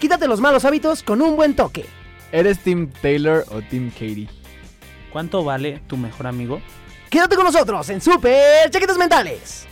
Quítate los malos hábitos con un buen toque. ¿Eres Team Taylor o Team Katie? ¿Cuánto vale tu mejor amigo? Quédate con nosotros en Super Chaquetas Mentales.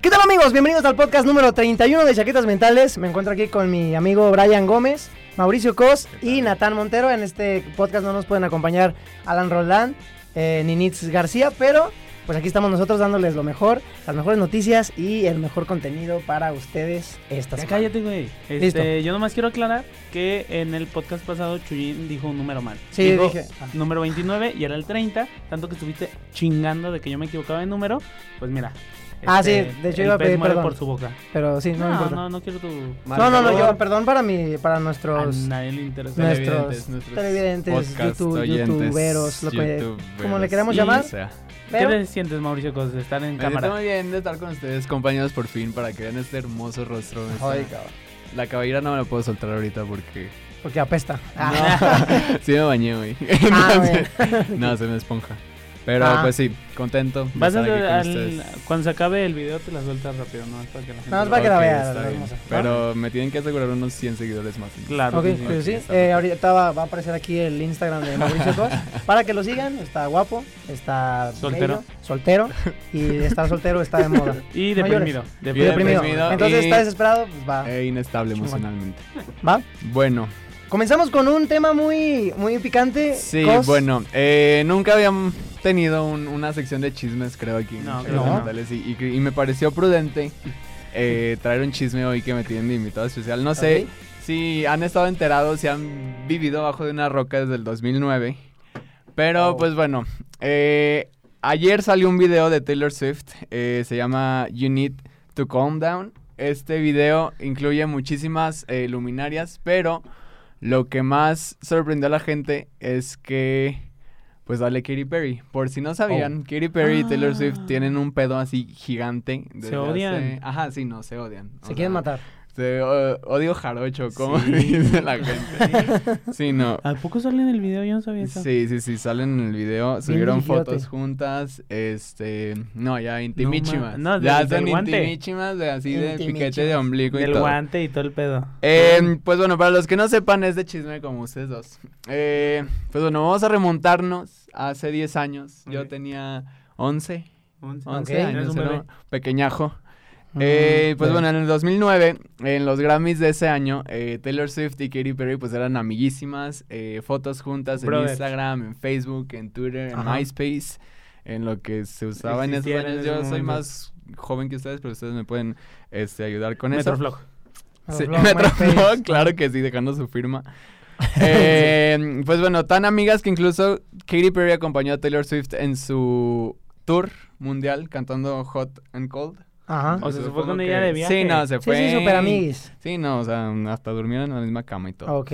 ¿Qué tal amigos? Bienvenidos al podcast número 31 de Chaquetas Mentales. Me encuentro aquí con mi amigo Brian Gómez, Mauricio Cos y Natán Montero. En este podcast no nos pueden acompañar Alan Roland, eh, Ninitz García, pero pues aquí estamos nosotros dándoles lo mejor, las mejores noticias y el mejor contenido para ustedes esta Ya semana. cállate, güey. Este, Listo. Yo nomás quiero aclarar que en el podcast pasado Chuyín dijo un número mal. Sí, Dijo dije. ah, Número 29 y era el 30. Tanto que estuviste chingando de que yo me equivocaba de número. Pues mira. este, Ah, sí, de hecho el iba a pez pedir muere perdón. por su boca. Pero sí, no, me No, importa. no, no quiero tu. No, no, no, yo, perdón para mi, para A nuestros nadie le interesa. nuestros Televidentes, nuestros televidentes, podcast YouTube, oyentes, youtuberos, lo que- youtuberos, como le queramos y- llamar. o sea. ¿Qué Pero- te sientes, Mauricio, con estar en Me siento cámara? muy bien de estar con ustedes, compañeros, por fin, para que vean este hermoso rostro. O sea, Ay, cabrón, la cabellera no me la puedo soltar ahorita porque Porque apesta. sí me bañé hoy. Ah, Entonces, no, se me esponja. Pero Ah. pues sí, contento. de Vas a estar aquí con al- ustedes. cuando se acabe el video te la sueltas rápido, ¿no? Es para que la gente Nada más para que la Ok, veas, está la bien. hermosa. Pero me tienen que asegurar unos 100 seguidores más. Claro. Ok, que sí. pues sí, Ok, está eh, perfecto. ahorita va, va a aparecer aquí el Instagram de Mauricio Cos para que lo sigan. Está guapo, está Soltero. bello, soltero y estar soltero está de moda. Y No llores. deprimido. Y Bien, deprimido. deprimido. deprimido Entonces y- está desesperado, pues va, E inestable emocionalmente. va. Bueno, Comenzamos con un tema muy, muy picante. sí, Cos. bueno. eh, nunca habían tenido un- una sección de chismes, creo, aquí. en No, Chaquetas creo que no. Mentales, y, y- y me pareció prudente eh, traer un chisme hoy que me tienen de invitado especial. No sé Ok. si han estado enterados, si han vivido bajo de una roca desde el 2009. Pero, Oh. pues bueno. eh, ayer salió un video de Taylor Swift. eh, se llama You Need to Calm Down. Este video incluye muchísimas eh, luminarias, pero lo que más sorprendió a la gente es que, pues dale Katy Perry. Por si no sabían, Katy Perry y Taylor Swift Oh. Ah. tienen un pedo así gigante. desde odian. hace- Ajá, sí, no, se odian. Se O quieren sea, matar. Se, o- odio jarocho, como Sí. dice la gente. Sí, no. ¿A poco sale en el video? Yo no sabía eso. Sí, sí, sí, salen en el video, subieron gillote. fotos juntas, este, no, ya No intimichimas, ma- no, del- ya del son guante. intimichimas, de, así de piquete de Intimichimas. ombligo y Del todo. guante y todo el pedo. Eh, pues bueno, para los que no sepan, es de chisme como ustedes dos. Eh, pues bueno, vamos a remontarnos a hace 10 años, yo Ok. tenía 11, 11 Ok. años, Eres un era bebé. pequeñajo. Eh, Mm, pues sí. bueno, en el 2009, en los Grammys de ese año, eh, Taylor Swift y Katy Perry pues eran amiguísimas, eh, fotos juntas en Brothers. Instagram, en Facebook, en Twitter, en Ajá. MySpace, en lo que se usaba en esos Existiera en años. ese Yo soy momento. más joven que ustedes, pero ustedes me pueden este, ayudar con eso. Metroflog. Sí, Metroflog, Metroflog, MySpace. claro que sí, dejando su firma. Eh, Pues bueno, tan amigas que incluso Katy Perry acompañó a Taylor Swift en su tour mundial cantando Hot and Cold. Ajá. O sea, se fue Supongo con ella de viaje. Sí, no, se Sí, fue. sí, super amiguis. Sí, no, o sea, hasta durmieron en la misma cama y todo. Ok.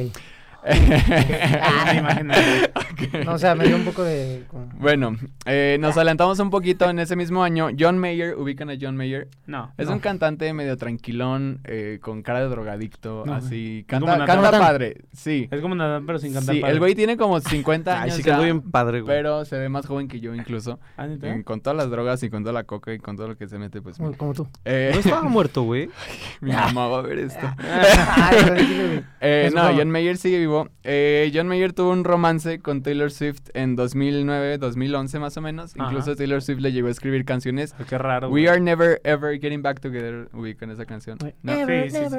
Ah, me imagino. Ok. No, o sea, me dio un poco de. como- Bueno, eh, nos adelantamos un poquito en ese mismo año. John Mayer, ubican a John Mayer. No. Es No. un cantante medio tranquilón, eh, con cara de drogadicto, No, así. como Canta, Natán. canta padre, sí. Es como Nadal, pero sin cantar. Sí, padre. el güey tiene como 50 Ay, años. sí ya, quedó bien padre, güey. pero se ve más joven que yo incluso. Ah, ¿neta? Eh, con todas las drogas y con toda la coca y con todo lo que se mete, pues. como- mira. Como tú. Eh, Pues No estaba muerto, güey. mi mamá va a ver esto. Ah. Ay, tranquilo, güey. Eh, Es no, broma. John Mayer sigue vivo. Eh, John Mayer tuvo un romance con Taylor Swift en 2009, 2011 más o menos. Ajá. Incluso Taylor Swift le llegó a escribir canciones. Ay, Ah, Qué raro. güey. We are never ever getting back together. Ubican esa canción. No. Sí, sí, sí. Ever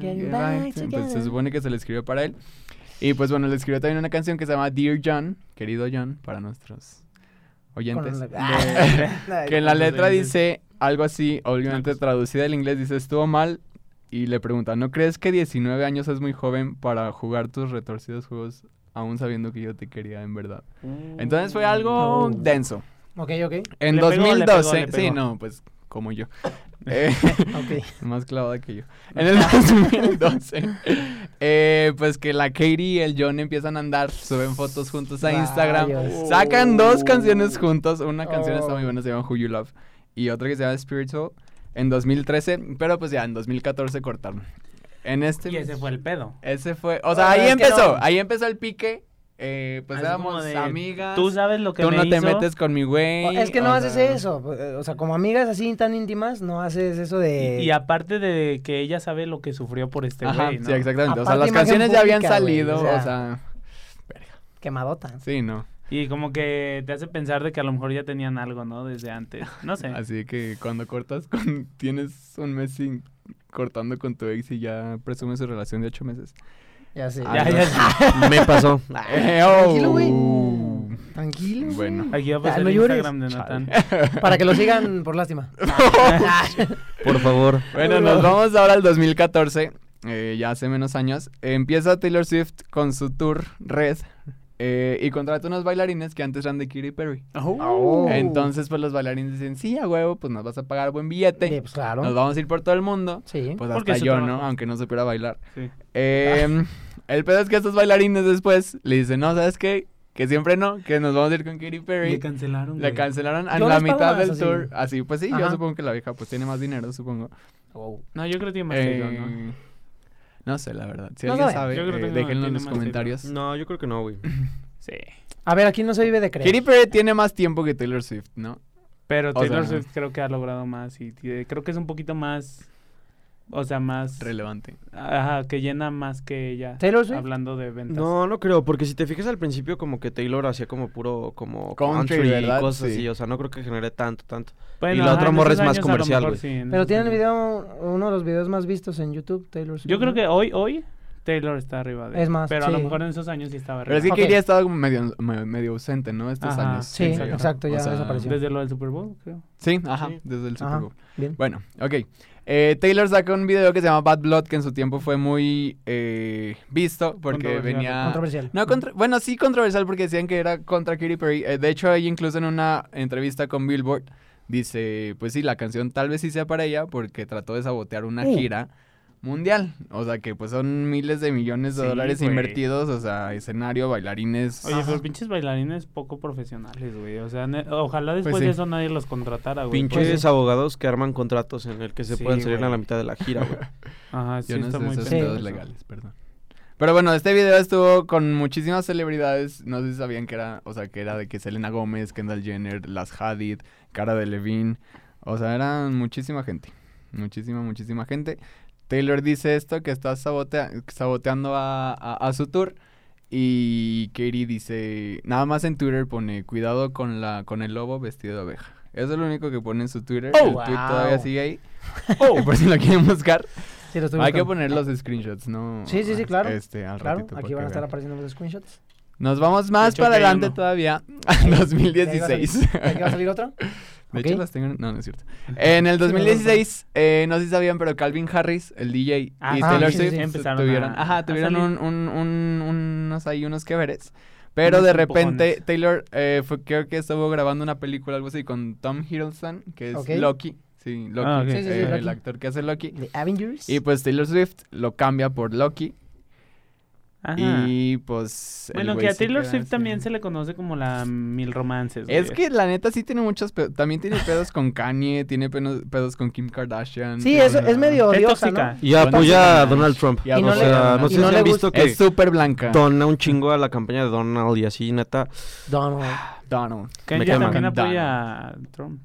Getting get back back to- together. Pues se supone que se le escribió para él. Y pues bueno, le escribió también una canción que se llama Dear John, querido John, para nuestros oyentes. Con- De- Ay, que en la Ay, letra sí, sí. dice algo así, obviamente Algo así. traducida del inglés, dice estuvo mal y le pregunta, ¿no crees que 19 años es muy joven para jugar tus retorcidos juegos aún sabiendo que yo te quería en verdad? Entonces fue algo Oh. denso. Ok, ok. En Mm, Le pegó, le pegó, 2012, le sí, pegó. no, pues como yo. Eh, Ok. más clavada que yo. En el 2012, eh, pues que la Katie y el John empiezan a andar, suben fotos juntos a Instagram. Rayos. Sacan dos canciones juntos. Una canción Oh. está muy buena, se llama Who You Love. Y otra que se llama Spiritual en 2013. Pero pues ya, en 2014 cortaron. En este. Y ese fue Oh, el pedo. Ese fue. O Ah, sea, ahí es que empezó. no. Ahí empezó el pique eh, pues Así Ah, como éramos de, amigas. Tú sabes lo que tú me no te hizo? metes con mi O- güey. Oh, es que no o haces sea, eso. pues, eh, O sea, como amigas así tan íntimas, no haces eso de. Y, y aparte de que ella sabe lo que sufrió por este Ajá, güey, ¿no? sí, exactamente. o sea, Aparte, las imagen canciones ya habían pública, güey, salido, o sea. o sea, quemadota. sí, no. Y como que te hace pensar de que a lo mejor ya tenían algo, ¿no? Desde antes. No sé. Así que cuando cortas con. Tienes un mes sin cortando con tu ex y ya presumes su relación de ocho meses. Ya sé. ya, ya, ya. Me pasó. Eh, Tranquilo, güey. oh. Tranquilo. güey. Bueno. Aquí va a pasar no el llores. Instagram de Natán. Para que lo sigan por lástima. Por favor. Bueno, nos vamos ahora al 2014, eh, ya hace menos años. Empieza Taylor Swift con su tour Red eh, y contrata unos bailarines que antes eran de Katy Perry. Oh. Entonces, pues los bailarines dicen, sí, a huevo, pues nos vas a pagar buen billete. Sí, pues claro. Nos vamos a ir por todo el mundo. Sí. Pues Porque hasta es su yo, ¿no? trabajo. Aunque no supiera bailar. Sí. Ah. Eh, el pedo es que estos bailarines después le dicen, no, ¿sabes qué? Que siempre no, que nos vamos a ir con Katy Perry. Le cancelaron. Le güey. cancelaron a Yo la les pago mitad más, del así. tour. Así, pues sí, yo Ajá. supongo que la vieja pues tiene más dinero, supongo. No, yo creo que tiene más que yo, ¿no? Eh, No sé, la verdad. Si No alguien sabe. sabe, Yo creo que eh, no, déjenlo tiene en los más que yo. comentarios. No, yo creo que no, güey. Sí. A ver, aquí no se vive de creer. Katy Perry tiene más tiempo que Taylor Swift, ¿no? Pero O Taylor sea- Swift creo que ha logrado más y tiene- creo que es un poquito más. O sea, más. Relevante. Ajá, que llena más que ella. Taylor Swift. Hablando de ventas. No, no creo, porque si te fijas al principio como que Taylor hacía como puro como Country, country, ¿verdad? y cosas Sí. así, o sea, no creo que genere tanto, tanto. Bueno, Y la ajá, otra en morra esos es más años a lo comercial, mejor güey. sí, en Pero esos tienen el años. video, uno de los videos más vistos en YouTube, Taylor Swift. Yo creo ¿no? que hoy, hoy, Taylor está arriba de. Es más, Pero a lo sí. mejor en esos años sí estaba Pero es arriba. que Ok. Katy ha estado como medio, me- medio ausente, ¿no? Estos Ajá, años. sí, en serio. exacto, ya O sea, desapareció. Desde lo del Super Bowl, creo. Sí, ajá, Sí. desde el Super Ajá. Bowl. Bien. Bueno, ok. Eh, Taylor sacó un video que se llama Bad Blood, que en su tiempo fue muy eh, visto porque Controversial. venía... Controversial. No, contra- bueno, sí controversial porque decían que era contra Katy Perry. Eh, de hecho, ella incluso en una entrevista con Billboard dice, pues sí, la canción tal vez sí sea para ella porque trató de sabotear una Uh. gira mundial. O sea, que pues son miles de millones de Sí, dólares güey. invertidos, o sea, escenario, bailarines. Oye, Ajá. pero pinches bailarines poco profesionales, güey. O sea, ne- ojalá después Pues sí. de eso nadie los contratara, güey. Pinches- Muchos Pues sí. abogados que arman contratos en el que se Sí, pueden salir güey. a la mitad de la gira, güey. Ajá, Ah, sí, Yo no está sé muy esos Sí. pendejo pedos eso. legales, perdón. Pero bueno, este video estuvo con muchísimas celebridades. No sé si sabían que era, o sea, que era de que Selena Gómez, Kendall Jenner, las Hadid, Cara de Levine. O sea, eran muchísima gente. Muchísima, muchísima gente. Taylor dice esto, que está sabotea- saboteando a, a- a su tour. Y Katie dice, nada más en Twitter pone, cuidado con, la, con el lobo vestido de abeja. Eso es lo único que pone en su Twitter. Oh, el tweet wow. todavía sigue ahí. Oh, por si lo quieren buscar. Sí, lo estoy Hay que buscando. poner los screenshots, ¿no? Sí, sí, sí, claro. Este, al Claro, ratito. para aquí que van a estar vean. apareciendo los screenshots. Nos vamos más hecho, para que hay adelante uno. todavía, al 2016. Aquí va a salir otro. De ok. hecho, las tengo. No, no es cierto. En el 2016, eh, no sé si sabían, pero Calvin Harris, el DJ, Ah, y sí, Taylor sí, Swift sí, sí. tu- Empezaron tuvieron, a- ajá, a tuvieron un, salir. un, un- unos ahí, unos que veres. Pero Unos de repente, empujones. Taylor, eh, fue- creo que estuvo grabando una película, algo así, con Tom Hiddleston, que es Ok. Loki. Sí, Loki. Ah, ok. Sí, sí, sí, eh, Loki. El actor que hace Loki. The Avengers. Y pues Taylor Swift lo cambia por Loki. Ajá. Y pues. el Bueno, güey que a se Taylor queda Swift así. también se le conoce como la mil romances. Es güey. que la neta sí tiene muchos pedos. También tiene pedos con Kanye, tiene penos- pedos con Kim Kardashian. sí, tiene es, pedos- es medio Es odiosa, tóxica. ¿no? Y apoya a Donald Trump. Y a Y no o le- sea, no y sé no si le han visto gusta- que Es súper blanca. dona un chingo a la campaña de Donald y así, neta. Donald Donald. Kanye me quema. también Candana. apoya a Trump.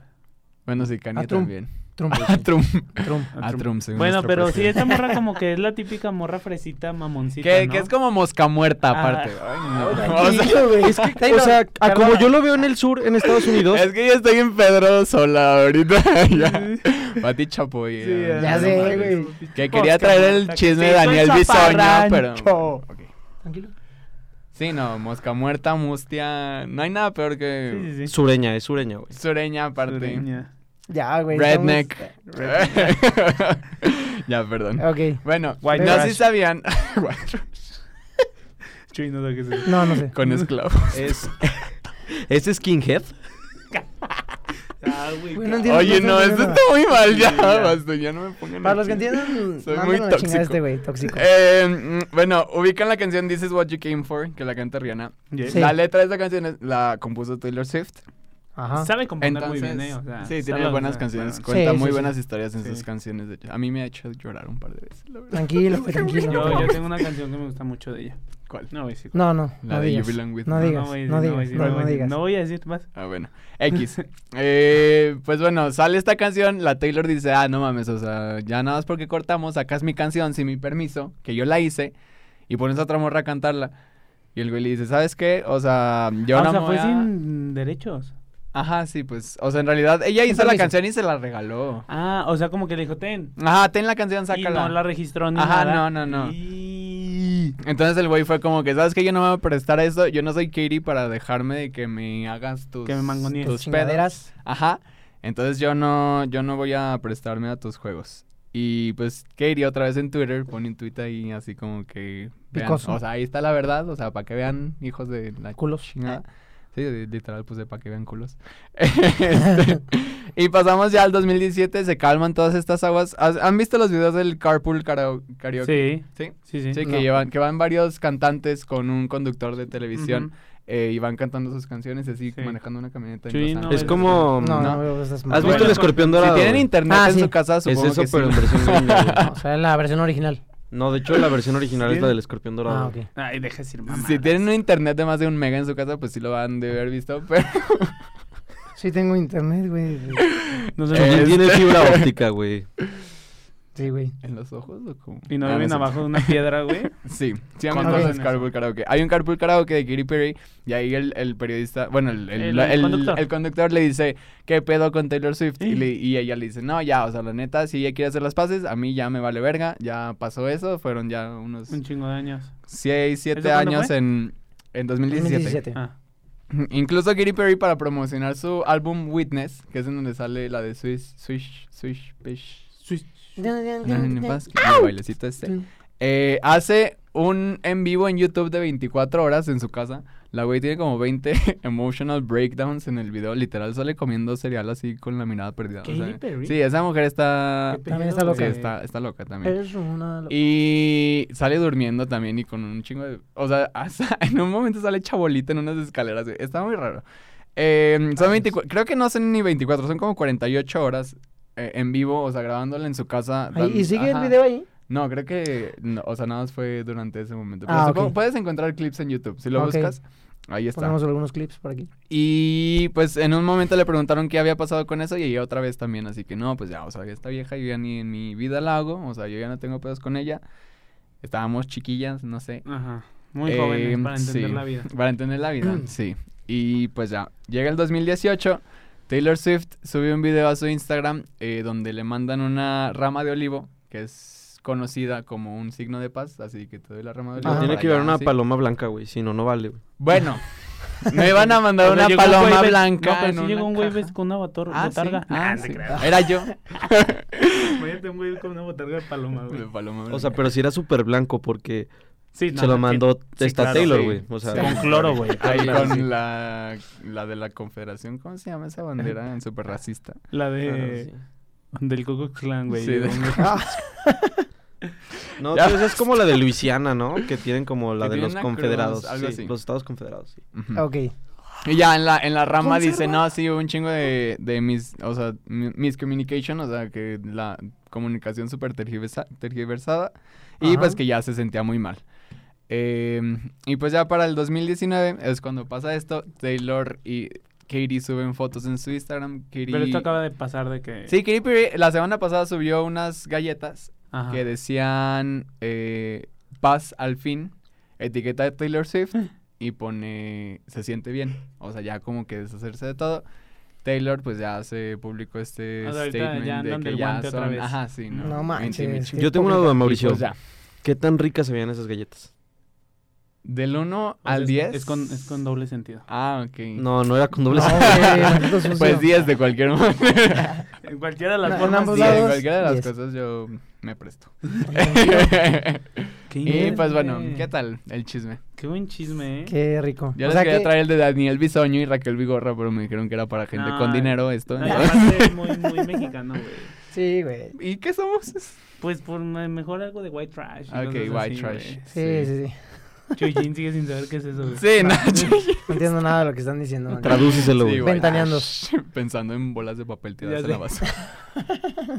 Bueno, sí, Kanye A Trump. también. Trump. A Trump. Trump. A A Ah, Trump, según Bueno, nuestro pero sí, presidente. esta morra como que es la típica morra fresita, mamoncita, Que, ¿no? que es como mosca muerta, Ah. aparte. Ay, no. O sea, Tranquilo, güey. O Taylor, sea, a Ah, como perdona. yo lo veo en el sur, en Estados Unidos, es que yo estoy en Pedro sola ahorita. ya. Pati Chapoy. ya sé, eh, mames. güey. Que quería traer el chisme de Sí, soy Daniel Bisoño, pero. zafarrancho. Ok. Tranquilo. Sí, no, mosca muerta, mustia. No hay nada peor que Sí, sí, sí. sureña, es sureña, güey. sureña aparte. Sureña. Ya, güey. estamos- Redneck. ya, perdón. Ok. Bueno, White no trash. si sabían. White trash. Chuy, no sé qué es eso. No, no sé. Con esclavo. Es ¿Es skinhead? Ah, güey, Bueno, entiendo, Oye, sé, no, entiendo esto nada. está muy mal ya. Sí, ya. Basta, ya no me pongan. Para los aquí. que entiendan, Soy mándenlo muy a la tóxico. chingada este güey, tóxico. Eh, mm, bueno, ubican la canción This Is What You Came For, que la canta Rihanna. Yeah. Sí. La letra de esa canción es- la compuso Taylor Swift. Ajá. Sabe componer Entonces, muy bien, ¿eh? O sea, sí, sabe, tiene o buenas sea, canciones. bueno. Cuenta Sí, sí, muy sí. buenas historias en Sí. sus canciones. de hecho. A mí me ha hecho llorar un par de veces, la verdad. Tranquilo, güey, tranquilo. Yo, yo tengo una canción que me gusta mucho de ella. ¿Cuál? No voy a decir. No, no. La no de You digas. Belong With No Me. digas, voy a decir, no voy a digas, decir, no, no voy no a decir. digas. No voy a decir más. Ah, bueno. X. Eh, pues bueno, sale esta canción, la Taylor dice, ah, no mames, o sea, ya nada más porque cortamos, sacas mi canción sin mi permiso, que yo la hice, y pones a otra morra a cantarla. Y el güey le dice, ¿sabes qué? O sea, yo Ah, no o sea, me fue voy a- sin derechos. Ajá, sí, pues, o sea, en realidad ella hizo la permiso. canción y se la regaló. Ah, o sea, como que le dijo, ten. Ajá, ten la canción, sácala. Y no la registró ni Ajá, nada. no, no, no. Y... Entonces el güey fue como que, ¿sabes qué? Yo no me voy a prestar a eso, yo no soy Katie para dejarme de que me hagas tus... Que me mangonees. tus pedos. Chingaderas. Ajá. Entonces yo no, yo no voy a prestarme a tus juegos. Y pues Katie otra vez en Twitter pone un tweet ahí así como que vean, Picoso. o sea, ahí está la verdad, o sea, para que vean hijos de la Culos. Ah, chingada. Sí, de- literal puse para que vean culos. Este, y pasamos ya al 2017, se calman todas estas aguas. ¿Has- ¿Han visto los videos del carpool karao- karaoke? Sí, Sí. sí, sí. Sí, que No. llevan, que van varios cantantes con un conductor de televisión Ujú. eh, y van cantando sus canciones así Sí. manejando una camioneta. en Sí, Los no, Ángeles. Es como... No, No. no, veo esas ¿Has visto el mamadas. escorpión Si dorado? tienen güey? internet Ah, en sí. su casa, Es supongo eso, que sí. pero en versión gringa, güey. No, o sea, la versión original. No, de hecho, la versión original es la del escorpión dorado. Ah, ok. Ay, deja de decir mamá. Si tienen un internet de más de un mega en su casa, pues sí lo van de haber visto, pero... Sí tengo internet, güey. Nos Eh, vemos. Chuyin Este- Pues tiene fibra óptica, güey. Sí, güey. ¿En los ojos o cómo? Y no Ah, viven sé. abajo de una piedra, güey. Sí, sí han Con visto razón los eso. carpool karaoke. Hay un carpool karaoke de Katy Perry y ahí el, el periodista, bueno, el, el- El la- el- conductor. el conductor le dice, ¿qué pedo con Taylor Swift? Y, le- y ella le dice, no, ya, o sea, la neta, si ella quiere hacer las paces, a mí ya me vale verga, ya pasó eso, fueron ya unos Un chingo de años. 6, ¿Eso 7 cuándo años fue? en, en 2017. 2017. Ah. Incluso Katy Perry para promocionar su álbum Witness, que es en donde sale la de Swish, Swish, Swish, Pish. El bailecito este. Eh, hace un en vivo en YouTube de 24 horas en su casa. La güey tiene como 20 emotional breakdowns en el video. Literal sale comiendo cereal así con la mirada perdida. o ¿Katy sea, Perry? Sí, esa mujer está... Qué También pedo, está loca. sí, güey. está, está loca también. Es una loca. Y sale durmiendo también y con un chingo de... O sea, hasta en un momento sale chabolita en unas escaleras. güey. Está muy raro. Eh, son 24... Creo que no son ni 24, son como 48 horas eh, en vivo, o sea, grabándola en su casa. Ahí- dan- ¿Y sigue el ajá. video ahí? No, creo que... no, o sea, nada más fue durante ese momento. Pero Ah, supongo- ok. Ah, puedes encontrar clips en YouTube. Si lo Ok. buscas, ahí está. Ponemos algunos clips por aquí. Y pues en un momento le preguntaron qué había pasado con eso y ella otra vez también, así que no, pues ya, o sea, esta vieja yo ya ni en mi vida la hago, o sea, yo ya no tengo pedos con ella. Estábamos chiquillas, no sé. Ajá. Muy Eh, jóvenes para entender sí, la vida. Para entender la vida, sí. Y pues ya, llega el 2018, Taylor Swift sube un video a su Instagram eh, donde le mandan una rama de olivo, que es conocida como un signo de paz, así que te doy la rama de olivo. Ajá. Ah, Tiene para que llevar allá, una sí. paloma blanca, güey. Si no, no vale, güey. Bueno, me van a mandar O sea, una llegó un güey paloma ves- blanca. No, pero en sí llegó una un güey caja. ves con una botor- Ah, sí. botarga. Ah, no sí. te creas. Era yo. Imagínate un güey con una botarga de paloma, güey. O sea, pero si era súper blanco porque Sí, no, se lo sí. mandó sí, esta claro, Taylor, sí. güey. O sea, Con cloro, güey. Ahí claro, con sí. la, la de la Confederación, ¿cómo se llama esa bandera? En super racista. La claro, de... sí. Del Coco Clan, güey. Sí, de- Ah. No, Ya. pues es como la de Luisiana, ¿no? Que tienen como la Que de tiene los una confederados. cruz, algo sí, así. Los estados confederados, sí. Ujú. Ok. Y ya en la, en la rama dice, no, sí, un chingo de, de mis, o sea, mi- miscommunication, o sea, que la comunicación súper tergiversa- tergiversada. Y Ajá. pues que ya se sentía muy mal. Eh, y pues ya para el 2019 es cuando pasa esto. Taylor y Katie suben fotos en su Instagram. Katie... Pero esto acaba de pasar de que... Sí, Katy Perry la semana pasada subió unas galletas Ajá. que decían eh, paz al fin, etiqueta de Taylor Swift y pone se siente bien. O sea, ya como que deshacerse de todo. Taylor pues ya se publicó este O sea, Ah, ahorita statement ya de andan que del ya guante otra son- vez. Ajá, sí, no. No manches, Intimichi. qué Yo tengo una duda, Y, Mauricio. pues, ya, ¿Qué tan ricas se veían esas galletas? del 1 O sea, al es- 10. Es con, es con doble sentido. Ah, ok. No, no era con doble No, sentido. güey, maldito sucio. pues 10 de cualquier manera. En cualquiera de No, las en formas. ambos Sí, sí. de lados. cualquiera de las diez. cosas yo me presto. Qué Y pues bueno, interesante. ¿qué tal el chisme? Qué buen chisme, ¿eh? Qué rico. Yo o les sea quería que traer el de Daniel Bisoño y Raquel Vigorra, pero me dijeron que era para gente No, con dinero esto. No, y entonces- Ah, aparte es muy, muy mexicano, güey. sí, güey. ¿Y qué somos? Pues por me- mejor algo de white trash. y Ah, Ok, cosas white así, trash. güey. Sí, sí, sí. Chuyín sigue sin saber qué es eso, güey. Sí, no, No entiendo nada de lo que están diciendo. man. Tradúceselo, Sí, güey. güey. Ventaneando. Ay, Pensando en bolas de papel tiradas Ya en la sé. basura.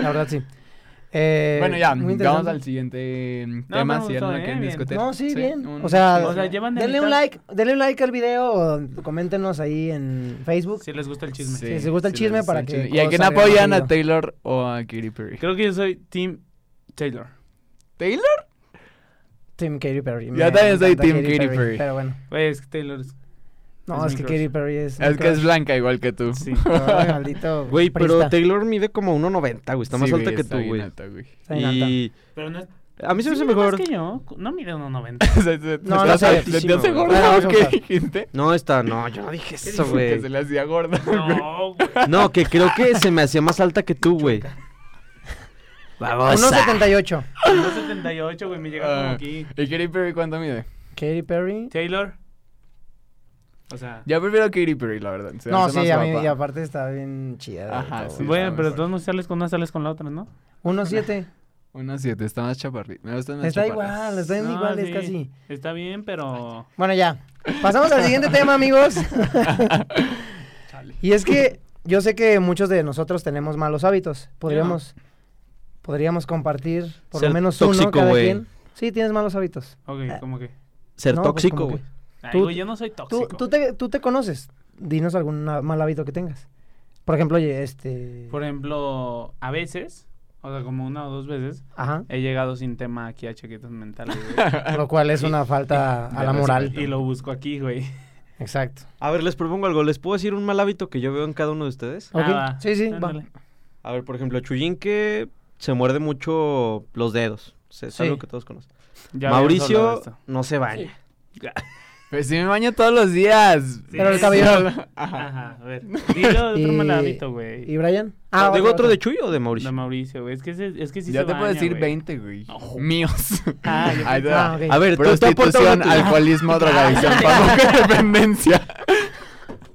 La verdad, sí. Eh, Bueno, ya, muy vamos interesante. al siguiente mm, No, tema. me si ya no gustó, lo eh, quieren bien. discutir. No, sí, bien. un- o sea, O sea, llevan de denle un mitad. like, denle un like al video o coméntenos ahí en Facebook. Si les gusta el chisme. si les gusta el chisme, les gusta para el que chisme. ¿Y todos a quién salgan apoyan? ¿A ganando. Taylor o a Katy Perry? Creo que yo soy Team Taylor. ¿Taylor? Team Katy Perry. Yo me también soy encanta team Katy Perry. Pero bueno, Güey, es que Taylor es... no, es, Es que mi crush. Katy Perry es. mi Es que es crush. blanca igual que tú. Sí. Ay, maldito. Güey, pero prista. Taylor mide como 1.90, güey. Está más Sí, alta que está tú, bien güey. alta, güey. Está bien alta. Y Pero no es... a mí se me hace mide más mejor. que yo. No mide 1.90. Se- se- No, se- no se- sé. ¿Se te hace Bueno, gorda vamos a o qué buscar. dijiste? No, está, no, yo no dije eso, güey. Que se le hacía gorda. No, güey. No, que creo que se me hacía más alta que tú, güey. Vamos. 1.78. 1.78, güey, me llega como Ah, aquí. ¿Y Katy Perry cuánto mide? Katy Perry. Taylor. O sea... Yo prefiero a Katy Perry, la verdad. Se me No, hace sí, más a mí, guapa. y aparte está bien chida. Ajá, sí. bueno, pero mejor. todos no sales con una, sales con la otra, ¿no? 1.7. Una siete, está más chaparrita. Me gustan más Está chaparras. igual, está No, igual, es sí. casi. Está bien, pero... Bueno, ya. Pasamos al siguiente tema, amigos. Chale. Y es que yo sé que muchos de nosotros tenemos malos hábitos. Podríamos, podríamos compartir por lo Ser menos uno tóxico, cada güey. quien. Sí, tienes malos hábitos. Ok, como que... Ser No, pues, tóxico, como que- güey. Ay, Ah. Tú- güey, yo no soy Tú, tóxico. tú, te, tú te conoces. Dinos algún na- mal hábito que tengas. Por ejemplo, oye, este. Por e- ejemplo, a veces, o sea, como una o dos veces, Ajá. he llegado sin tema aquí a chaquetas mentales, güey. Lo cual es una falta a la moral. y lo busco aquí, güey. Exacto. A ver, les propongo algo. ¿Les puedo decir un mal hábito que yo veo en cada uno de ustedes? Ok, Ah, va. sí, sí, va. Ándale. A ver, por ejemplo, Chuyín que se muerde mucho los dedos. Es es Sí. algo que todos conocen. Ya habíamos hablado de Mauricio esto. no se baña. Pero si Pues me baño todos los días. Pero el cabello. Ajá, a ver. Dilo de otro Y- mal hábito, güey. ¿Y Brian? Ah, ¿Digo vas, otro vas, de Chuy o de De Mauricio? Mauricio, güey. Es que, ese- es que sí ya se te puedo baña, decir güey. 20, güey. Ojo. Míos. Ah, yo Ahí pensé- te va. Ah, ok. A ver, tú- tú aporta Prostitución, uno tú. alcoholismo, Ah, drogadicción, fama, dependencia.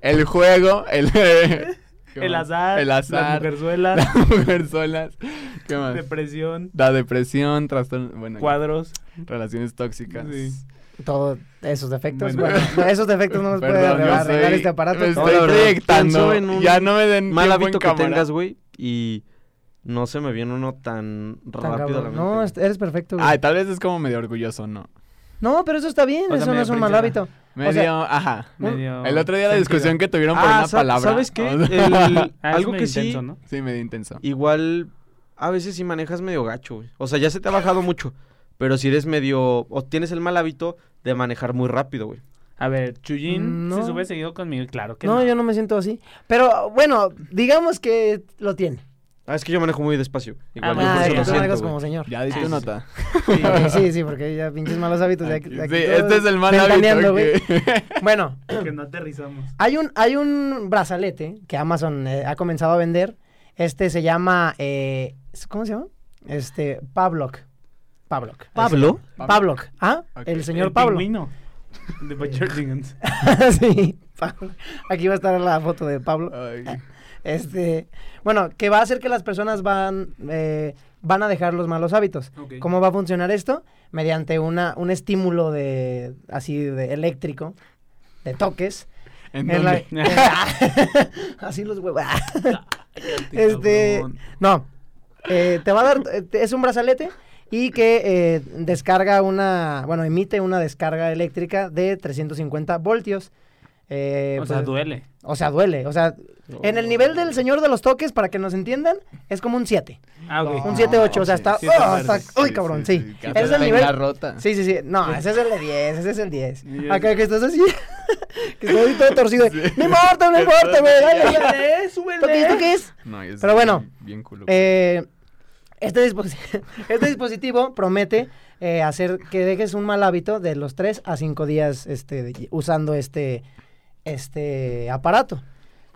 El juego, el... ¿Qué El más? azar. El Las azar. mujerzuelas. Las mujerzuelas. ¿Qué más? depresión. La depresión, trastorno... Bueno, Cuadros. relaciones tóxicas. Sí. Todos esos defectos. Bueno. Bueno, esos defectos no los puede Perdón, yo arreglar, arreglar soy- este aparato. me todo estoy la verdad. proyectando. Pienso en un ya no me den tiempo Mal en hábito que cámara. tengas, güey. Y no se me viene uno tan, tan rápido a la cabrón. mente. No, güey. est- eres perfecto. güey. Ay, tal vez es como medio orgulloso, ¿no? No, pero eso está bien. O sea, eso no medio es un mal princesa. hábito. Medio, sea, ajá. Medio El otro día la sentido. discusión que tuvieron por Ah, una sa- palabra. ¿Sabes qué? O sea, El- Ah, es algo medio que sí, intenso, ¿no? Sí, medio intenso. igual a veces sí manejas medio gacho, güey. O sea, ya se te ha bajado mucho. Pero si eres medio. O tienes el mal hábito de manejar muy rápido, güey. A ver, Chuyín Mm, No. se sube seguido conmigo. Claro que No, yo no me siento así. Pero bueno, digamos que lo tiene. Ah, es que yo manejo muy despacio. Igual bueno, yo Ah, por es eso que lo tú manejas siento, como güey. señor. Ya di Sí, tu sí, nota. Sí, ok, sí, sí, porque ya pinches malos hábitos. de aquí- Aquí- de aquí sí, todos este es el mal hábito ventaneando, güey. que... Bueno, Que no aterrizamos. hay un, hay un brazalete que Amazon eh, ha comenzado a vender. Este se llama. eh, ¿Cómo se llama? Este, Pavlok. Pavlok. ¿Pablo? Pavlok. Ah, Ok. el señor Pablo. pingüino De Butcher Dingens. sí, Pablo. Aquí va a estar la foto de Pablo. Ay, Este, bueno, que va a hacer que las personas van, eh, van a dejar los malos hábitos. Ok. ¿Cómo va a funcionar esto? Mediante una, un estímulo de así de eléctrico, de toques. ¿En en la- Ah, dónde? así los huevos. Ah. este, no, eh, te va a dar, eh, es un brazalete y que eh, descarga una, bueno, emite una descarga eléctrica de 350 voltios. Eh, o sea, pues, duele. o sea, duele. O sea, en el nivel del señor de los toques, para que nos entiendan, es como un 7. Ah, ok. Un 7-8. O sea, está. sí, está ¡oh! está- fuerte. uy, cabrón, sí. Ese que hasta es la el nivel. tenga rota. Sí, sí, sí. No, ese es el de 10. Ese es el 10. Ah. Y ya- Acá que estás así. que estás así todo torcido. Sí. No importa, no importa, güey. dale, dale. Súbele, ¿Esto qué es? ¿Esto qué es? No, yo soy Pero bueno, Bien culo. Eh, este, disposi- este dispositivo promete eh, hacer que dejes un mal hábito de los 3 a 5 días este, de- usando este, este aparato.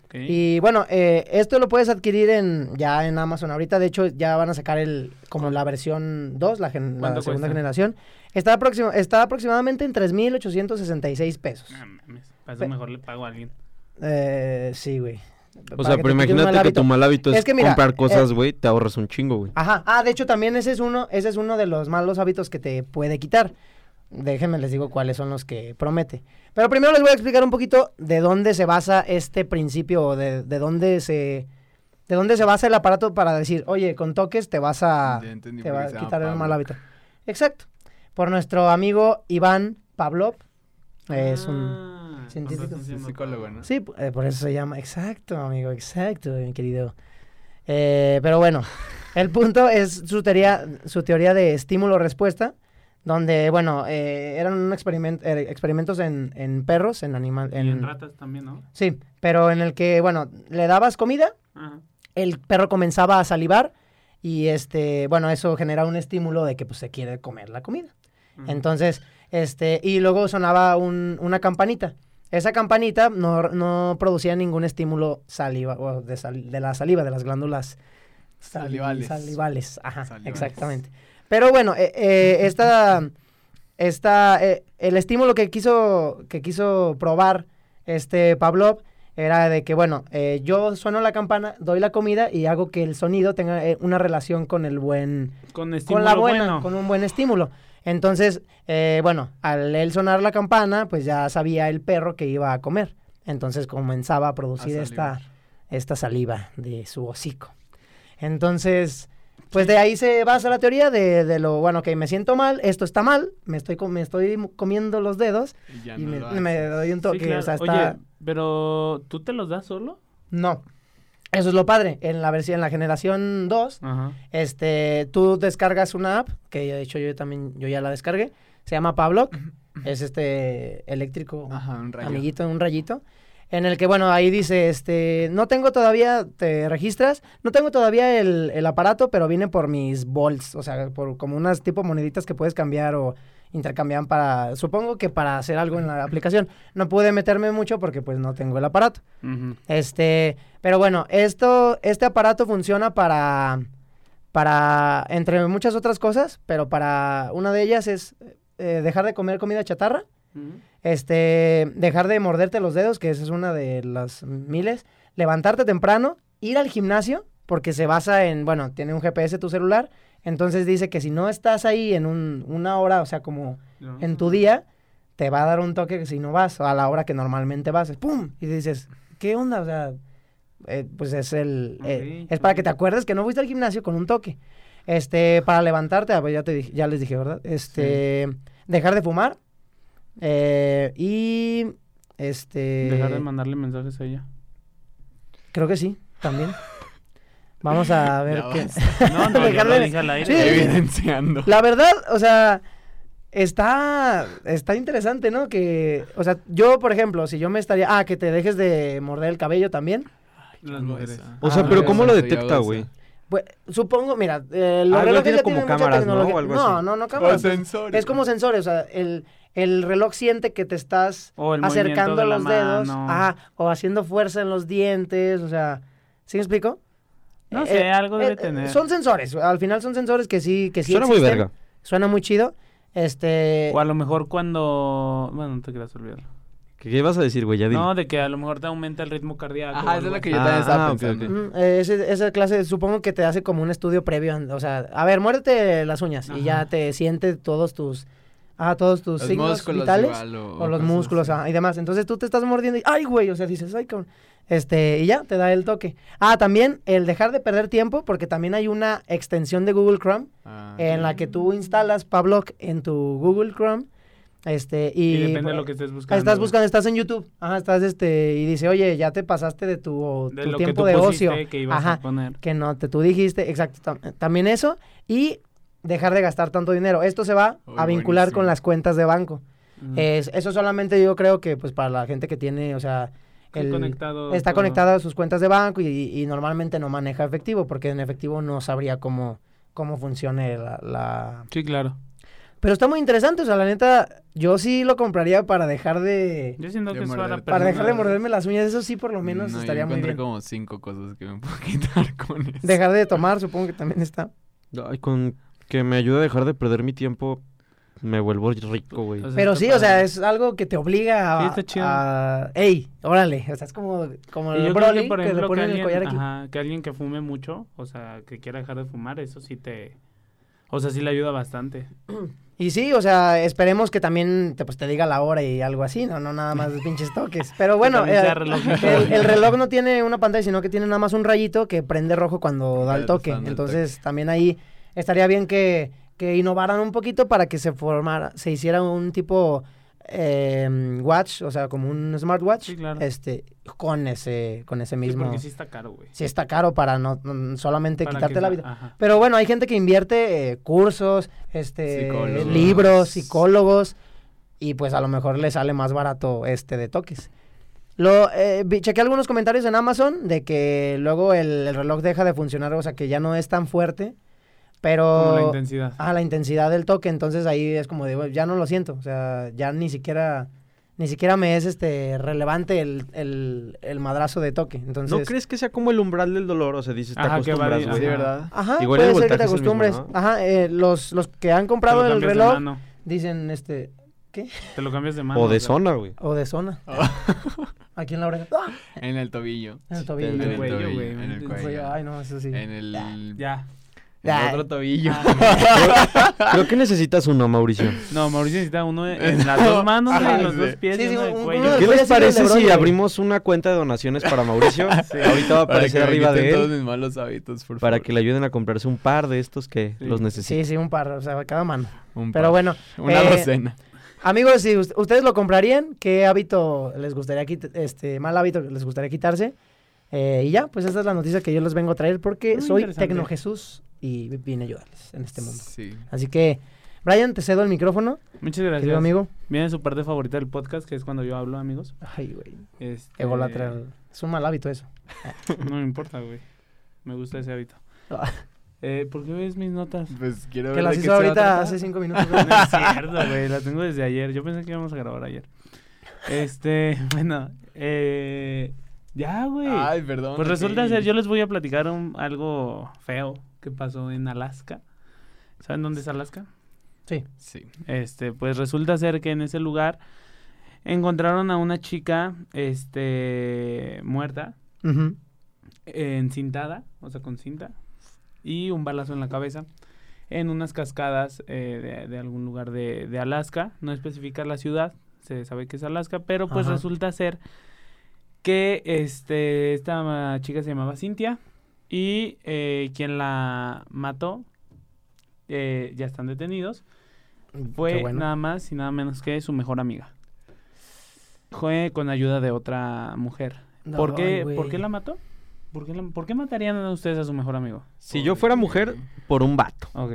Ok. Y bueno, eh, esto lo puedes adquirir en ya en Amazon ahorita. De hecho, ya van a sacar el como la versión 2, la, gen- la ¿Cuánto segunda cuesta? generación. Está, aproxima- está aproximadamente en 3.866 pesos. No mames, para pues, Pe- eso mejor le pago a alguien. Eh, sí, güey. O para sea, que pero te quites un imagínate mal que hábito. tu mal hábito es, Es que mira, comprar eh, cosas, güey, te ahorras un chingo, güey. Ajá. Ah, de hecho también ese es uno, ese es uno de los malos hábitos que te puede quitar. Déjenme les digo cuáles son los que promete. Pero primero les voy a explicar un poquito de dónde se basa este principio o de, de dónde se de dónde se basa el aparato para decir, "Oye, con toques te vas a Ya entendí te por qué va a se llama quitar el mal Pablo. hábito." Exacto. Por nuestro amigo Iván Pavlov. Es Ah. un científico. Ah, Es psicólogo, ¿no? Sí, eh, por eso se llama. Exacto, amigo, exacto, mi querido. Eh, pero bueno, el punto es su teoría, su teoría de estímulo-respuesta, donde, bueno, eh, eran un experiment- eh, experimentos en, en perros, en animales. Y en ratas también, ¿no? Sí, pero en el que, bueno, le dabas comida, Ajá. el perro comenzaba a salivar y, este, bueno, eso genera un estímulo de que, pues, se quiere comer la comida. Ujú. Entonces, este, y luego sonaba un- una campanita. Esa campanita no, no producía ningún estímulo saliva, o de, sal- de la saliva, de las glándulas sal- Salivales. Salivales, ajá, Salivales. exactamente. Pero bueno, eh, eh, esta, esta, eh, el estímulo que quiso, que quiso probar este Pavlov era de que, bueno, eh, yo sueno la campana, doy la comida y hago que el sonido tenga eh, una relación con el buen Con con estímulo la buena, bueno. con un buen estímulo. Entonces, eh, bueno, al él sonar la campana, pues ya sabía el perro que iba a comer. Entonces comenzaba a producir A esta, salivar. esta saliva de su hocico. Entonces, pues de ahí se basa la teoría de, de lo, bueno, que me siento mal, esto está mal, me estoy, com- me estoy comiendo los dedos Y ya y no me, lo haces. me doy un toque. Sí, claro. o sea, está- Oye, pero ¿tú te los das solo? No. Eso es lo padre. En la, versión, en la generación 2 Ajá. Este, tú descargas una app, que de hecho yo también, yo ya la descargué, se llama Pablo, es este eléctrico, Ajá, un rayo. amiguito, un rayito, en el que, bueno, ahí dice, este, no tengo todavía, te registras, no tengo todavía el, el aparato, pero viene por mis bolts, o sea, por como unas tipo moneditas que puedes cambiar o intercambiar para, supongo que para hacer algo en la aplicación. No pude meterme mucho porque pues no tengo el aparato. Ujú. Este, pero bueno, esto, este aparato funciona para, para, entre muchas otras cosas, pero para una de ellas es eh, dejar de comer comida chatarra, Ujú. este, dejar de morderte los dedos, que esa es una de las miles, levantarte temprano, ir al gimnasio, porque se basa en, bueno, tiene un GPS tu celular, entonces dice que si no estás ahí en un- una hora, o sea, como en tu día, te va a dar un toque que si no vas a la hora que normalmente vas. ¡Pum! Y dices, ¿qué onda? O sea, eh, pues es el... eh, Ok, es para que ok. te acuerdes que no fuiste al gimnasio con un toque. Este, para levantarte, ah, pues ya, te dije- ya les dije, ¿verdad? Este, dejar de fumar eh, y... Este... Dejar de mandarle mensajes a ella. Creo que sí, también. Vamos a ver Ya qué... No, no, yo Dejar lo de- dije al aire. Sí. Evidenciando. La verdad, o sea, está, está interesante, ¿no? Que, o sea, yo, por ejemplo, si yo me estaría, ah, que te dejes de morder el cabello también. Las mujeres. O sea, Ah, pero yo ¿cómo sí lo detecta, güey? Pues, supongo, mira, eh, los Ah, güey, relojes tiene ya como tienen mucha cámaras, ¿no? tecnología. O algo no, así. no, no O cámaras. pues, sensorio. Es como sensores, o sea, el, el reloj siente que te estás O el acercando movimiento de la los dedos, mano. ajá, o haciendo fuerza en los dientes, o sea, ¿sí me explico? No Eh, sé, eh, algo debe eh, tener. Son sensores, al final son sensores que sí, que sí Suena muy existen. verga. Suena muy chido. Este, O a lo mejor cuando... Bueno, no te quieras olvidar. ¿Qué, qué ibas a decir, güey? Ya di. No, de que a lo mejor te aumenta el ritmo cardíaco. o Ajá, eso es algo lo que así. yo también Ah, estaba ah, ok, pensando. Mm, eh, ese- esa clase supongo que te hace como un estudio previo, an- o sea, a ver, muérdete las uñas y ya Ajá. te siente todos tus ah, todos tus Los signos músculos vitales igual, o, o los cosas músculos así. ajá, y demás. Entonces tú te estás mordiendo y ay, güey, o sea, dices, ay, cabrón. Este, y ya te da el toque. Ah, también el dejar de perder tiempo porque también hay una extensión de Google Chrome Ah, en la que tú instalas Pablock en tu Google Chrome. Este, y, Y depende de lo que estés buscando. Estás güey. buscando, estás en YouTube, ajá, estás este, y dice, oye, ya te pasaste de tu, De tu lo que tiempo tú de pusiste ocio. que ibas ajá, a poner. que no te tú dijiste, exacto, tam- también eso y dejar de gastar tanto dinero. Esto se va Uy, a vincular buenísimo. con las cuentas de banco. Ujú. Es- eso solamente yo creo que pues para la gente que tiene, o sea, Sí, el- conectado está todo. conectada a sus cuentas de banco y, y normalmente no maneja efectivo porque en efectivo no sabría cómo cómo funcione la- la Sí, claro. pero está muy interesante, o sea, la neta, yo sí lo compraría para dejar de... Yo siento De que es para morder. Para dejar de personas- morderme las uñas, eso sí por Mm, lo menos No, yo estaría muy encontré bien. como cinco cosas que me puedo quitar con eso. Dejar de tomar, supongo que también está. Ay, con que me ayuda a dejar de perder mi tiempo me vuelvo rico, güey. O sea, Pero está sí, o sea, padre. es algo que te obliga a. Sí, está chido. a- ¡Ey! Órale. O sea, es como, como Y el yo creo Broly que, por le ejemplo, ponen el alguien, collar aquí. ajá, que alguien que fume mucho, o sea, que quiera dejar de fumar, eso sí te... O sea, sí le ayuda bastante. Y sí, o sea, esperemos que también te, pues, te diga la hora y algo así, no, no nada más de pinches toques. Pero bueno, también eh, sea reloj digital. el, el reloj no tiene una pantalla, sino que tiene nada más un rayito que prende rojo cuando da el Cuando pues, toque. están del Entonces también ahí estaría bien que, que innovaran un poquito para que se formara, se hiciera un tipo eh, watch, o sea, como un smartwatch, Sí, claro. este, con ese, con ese Sí, mismo. porque sí sí. está caro, güey. está caro para no, no- solamente Para quitarte que- la vida. ajá. Pero bueno, hay gente que invierte eh, cursos, este, Psicólogos. libros, psicólogos, y pues a lo mejor le sale más barato este de toques. Lo, eh, vi- chequé algunos comentarios en Amazon de que luego el, el reloj deja de funcionar, o sea que ya no es tan fuerte, Como la pero intensidad. a la intensidad del toque, entonces ahí es como digo, ya no lo siento, o sea, ya ni siquiera, ni siquiera me es este relevante el, el- el madrazo de toque. Entonces, ¿No crees que sea como el umbral del dolor? O sea, dices, te Ajá, que acostumbras, varía, güey. Ah, Sí, ¿verdad? Ajá, Igual puede el ser que te voltaje es el mismo, acostumbres. ¿no? Ajá, eh, los, los que han Te lo comprado el cambias de reloj mano, dicen este ¿qué? te lo cambias de mano. O de sea, zona, güey. o de zona. Aquí en la oreja. ¡Ah! En el tobillo. En el tobillo. En En el el cuello, tobillo. güey, En el en el cuello. Ay, no, eso sí. En el Ya. en Ah. otro tobillo. Creo que necesitas uno, Mauricio. No, Mauricio necesita uno en- en las dos manos, Ajá, güey, en los sí. dos pies Sí, y sí, uno en un- el uno cuello. de- ¿Qué Voy a les hacer el parece de si Broly, abrimos una cuenta de donaciones para Mauricio? Ahorita va Para a que aparecer me arriba quiten de todos él. mis malos hábitos, por favor. Para que le ayuden a comprarse un par de estos que Sí. los necesitan. Sí, sí, un par, o sea, cada mano. Un Pero par. bueno, Una eh, docena. amigos, si us- ustedes lo comprarían, ¿qué hábito les gustaría quitar, este mal hábito que les gustaría quitarse? Eh, y ya, pues esta es la noticia que yo les vengo a traer porque Muy soy interesante. Tecno Jesús y vine a ayudarles en este mundo. Sí. Así que Brian, te cedo el micrófono, Muchas querido gracias. amigo. Viene su parte favorita del podcast, que es cuando yo hablo, amigos. Ay, güey, Este, ególatra. Es un mal hábito eso. No me importa, güey. Me gusta ese hábito. Ah. Eh, ¿Por qué ves mis notas? Pues quiero Que ver las de qué hizo se va a ahorita tratar. hace cinco minutos. No es cierto, güey. La tengo desde ayer. Yo pensé que íbamos a grabar ayer. Este, bueno, eh, ya, güey. Ay, perdón. Pues ok. resulta ser, yo les voy a platicar un- algo feo que pasó en Alaska. ¿Saben dónde es Alaska? Sí. Sí. Este, pues resulta ser que en ese lugar encontraron a una chica, este, muerta, Ujú. eh, encintada, o sea, con cinta, y un balazo en la cabeza, en unas cascadas eh, de, de algún lugar de, de Alaska. No especifica la ciudad, se sabe que es Alaska, pero pues Ajá. resulta ser que este, esta ma- chica se llamaba Cintia y eh, quien la mató, eh, ya están detenidos, fue Qué bueno. nada más y nada menos que su mejor amiga. Fue con ayuda de otra mujer. No, ¿Por, ay, qué, güey. ¿Por qué la mató? ¿Por qué, la- por qué matarían a ustedes a su mejor amigo? Si yo fuera mujer, por un vato. Ok.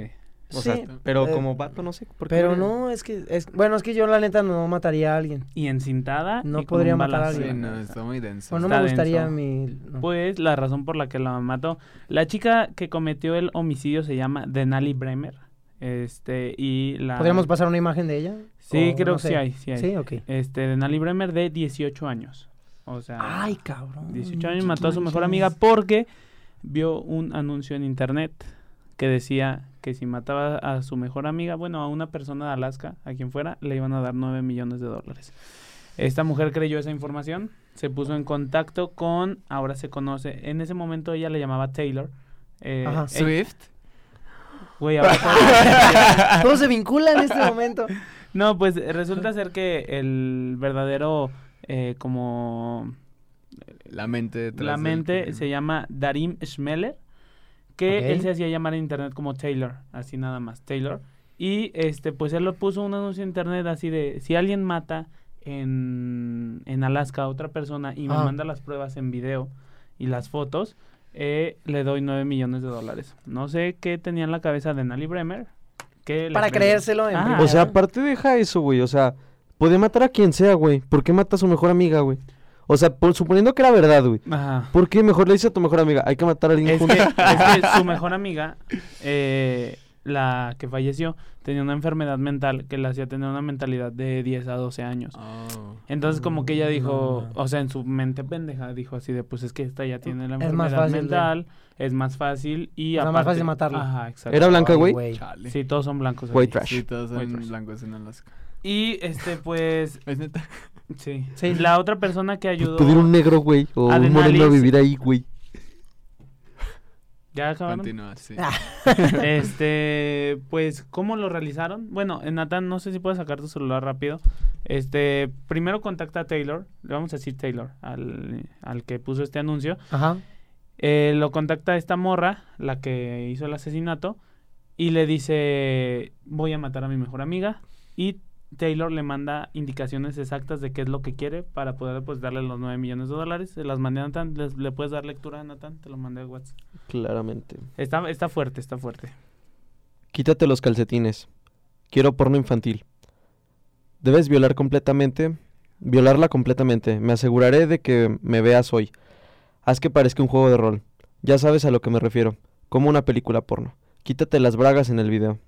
O Sí, sea, pero eh, como vato, no sé. ¿por qué Pero me- no, es que. Es, bueno, es que yo la neta no mataría a alguien. Y encintada. No y con podría un matar a balazo en Sí, alguien. la no, cabeza. está muy denso. O no Está me gustaría denso. mi. no. Pues la razón por la que la mató. La chica que cometió el homicidio se llama Denali Bremer. Este, y la. ¿Podríamos pasar una imagen de ella? Sí, O creo no que sé. sí hay, sí hay. Sí, ok. Este, Denali Bremer de 18 años. O sea. Ay, cabrón. 18 Ah, años no mató a su mejor manches. amiga porque vio un anuncio en internet que decía que si mataba a su mejor amiga, bueno, a una persona de Alaska, a quien fuera, le iban a dar 9 millones de dólares. Esta mujer creyó esa información, se puso en contacto con, ahora se conoce, en ese momento ella le llamaba Taylor. Eh, Ajá. eh, Swift. güey, ahora todo- Todo se vincula en este momento. no, pues resulta ser que el verdadero, eh, como La mente detrás La del mente crimen. se llama Darim Schmeller, que Ok. él se hacía llamar en internet como Taylor, así nada más, Taylor. Y este, pues él lo puso un anuncio en internet así de si alguien mata en, en Alaska a otra persona y me Ah. manda las pruebas en video y las fotos, eh, le doy 9 millones de dólares. No sé qué tenía en la cabeza de Nali Bremer. Que le Ah. Para creyó. creérselo en Ajá. primera. O sea, aparte deja eso, güey. O sea, puede matar a quien sea, güey. ¿Por qué mata a su mejor amiga, güey? O sea, por, suponiendo que era verdad, güey. Ajá. ¿Por qué mejor le dice a tu mejor amiga? Hay que matar a alguien Es que, juntos. es que su mejor amiga eh, la que falleció, tenía una enfermedad mental que la hacía tener una mentalidad de 10 a 12 años. Oh. Entonces como que ella dijo, Mm. o sea, en su mente pendeja dijo así de, pues es que esta ya tiene la Es enfermedad más fácil de- mental, es más fácil y Es aparte... más fácil matarla. Ajá, exacto. ¿Era blanca, Ay, güey? Chale. Sí, todos son blancos. White aquí. trash. Sí, todos White en trash. blancos en Alaska. Y este, pues, Es neta. sí. Sí. La otra persona que Pues ayudó... pedir un negro, güey, o Adenales. un moreno a vivir ahí, güey. ¿Ya acabaron? Continúa, sí. Ah. Este, pues, ¿cómo lo realizaron? Bueno, eh, Nathan, no sé si puedes sacar tu celular rápido. Este, primero contacta a Taylor, le vamos a decir Taylor, al, al que puso este anuncio. Ajá. Eh, lo contacta esta morra, la que hizo el asesinato, y le dice, voy a matar a mi mejor amiga. Y Taylor le manda indicaciones exactas de qué es lo que quiere para poder pues darle los 9 millones de dólares. Se las mandé a Nathan, ¿les- ¿le puedes dar lectura a Nathan? Te lo mandé al WhatsApp. Claramente. Está, está fuerte, está fuerte. Quítate los calcetines. Quiero porno infantil. Debes violar completamente. Violarla completamente. Me aseguraré de que me veas hoy. Haz que parezca un juego de rol. Ya sabes a lo que me refiero. Como una película porno. Quítate las bragas en el video.